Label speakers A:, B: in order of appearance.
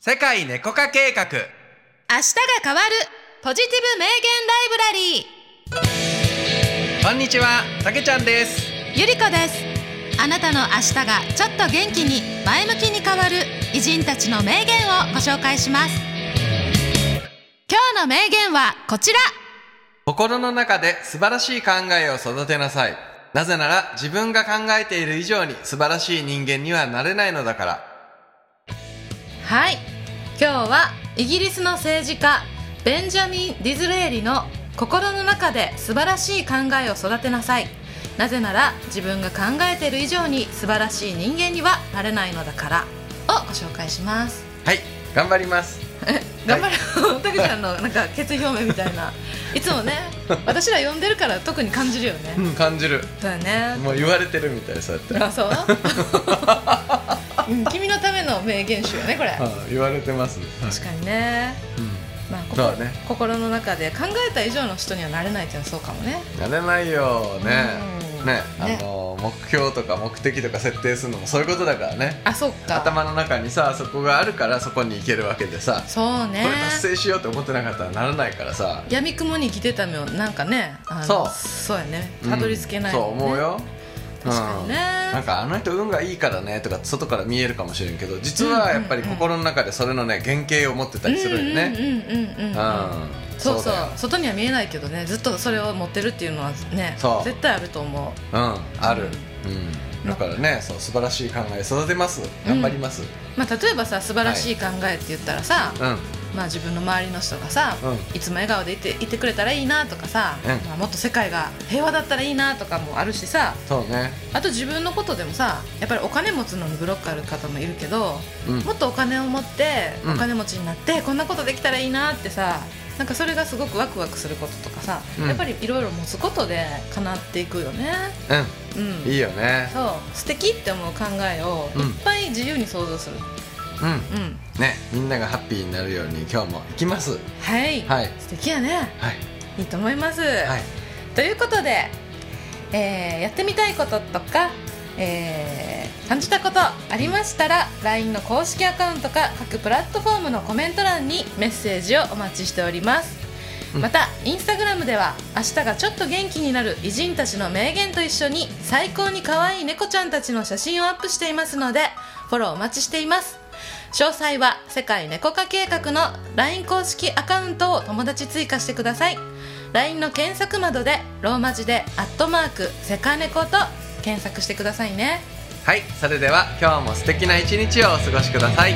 A: 世界猫化計画
B: 明日が変わるポジティブ名言ライブラリー
A: こんにちはたけちゃんです
B: ゆりこですあなたの明日がちょっと元気に前向きに変わる偉人たちの名言をご紹介します今日の名言はこちら
A: 心の中で素晴らしい考えを育てなさいなぜなら自分が考えている以上に素晴らしい人間にはなれないのだから
B: はい今日はイギリスの政治家ベンジャミン・ディズレーリの心の中で素晴らしい考えを育てなさいなぜなら自分が考えている以上に素晴らしい人間にはなれないのだからをご紹介します
A: はい頑張ります
B: 頑張るたけちゃんのなんか決意表明みたいないつもね私ら呼んでるから特に感じるよね
A: うん感じる
B: そうだよね
A: もう言われてるみたいそうやって
B: あそううん君のための名言集よねこれ
A: うん言われてます
B: 確かにね
A: うん
B: まあ、こ
A: そうだね
B: 心の中で考えた以上の人にはなれないっていうのはそうかもね
A: なれないよね
B: うん
A: ね
B: ね
A: あの目標とか目的とか設定するのもそういうことだからね
B: あそっか
A: 頭の中にさそこがあるからそこに行けるわけでさ
B: そうね
A: これ達成しようと思ってなかったらならないからさ
B: やみくもに生きてたのなんかねあの
A: そう
B: そうやね
A: うん
B: たどり着けない、ね
A: そう思うよ
B: 確かにね
A: うんなんかあの人運がいいからねとか外から見えるかもしれんけど実はやっぱり心の中でそれのね原型を持ってたりするよね
B: うんうんうんうんうんうん
A: うん
B: そう
A: そ
B: そう
A: だ
B: う
A: よ
B: 外には見えないけどねずっとそれを持ってるっていうのはね
A: そう
B: 絶対あると思う
A: うんあるうんだからねそう素晴らしい考え育てます頑張ります
B: まあ例えばさ素晴らしい考えって言ったらさ、
A: うんうん
B: まあ自分の周りの人がさ、
A: う
B: いつも笑顔でいていてくれたらいいなとかさ、
A: うん
B: まあもっと世界が平和だったらいいなとかもあるしさ
A: そうね
B: あと自分のことでもさやっぱりお金持ちのにブロックある方もいるけど、
A: うん
B: もっとお金を持って
A: うん
B: お金持ちになって、こんなことできたらいいなってさなんかそれがすごくワクワクすることとかさ、
A: うん
B: やっぱりいろいろ持つことで叶っていくよね
A: う
B: うん
A: んいいよね
B: そう素敵って思う考えを
A: うん
B: いっぱい自由に想像する
A: うん
B: うん、
A: ねみんながハッピーになるように今日も行きます
B: はい、
A: はい
B: 素敵やね
A: はい
B: いいと思います、
A: はい
B: ということで、えーやってみたいこととか、えー感じたことありましたら LINE の公式アカウントか各プラットフォームのコメント欄にメッセージをお待ちしております
A: うん
B: またインスタグラムでは明日がちょっと元気になる偉人たちの名言と一緒に最高に可愛い猫ちゃんたちの写真をアップしていますのでフォローお待ちしています詳細は世界猫化計画の LINE 公式アカウントを友達追加してください LINE の検索窓でローマ字で「アットマークセカネコ」と検索してくださいね
A: はいそれでは今日も素敵な一日をお過ごしください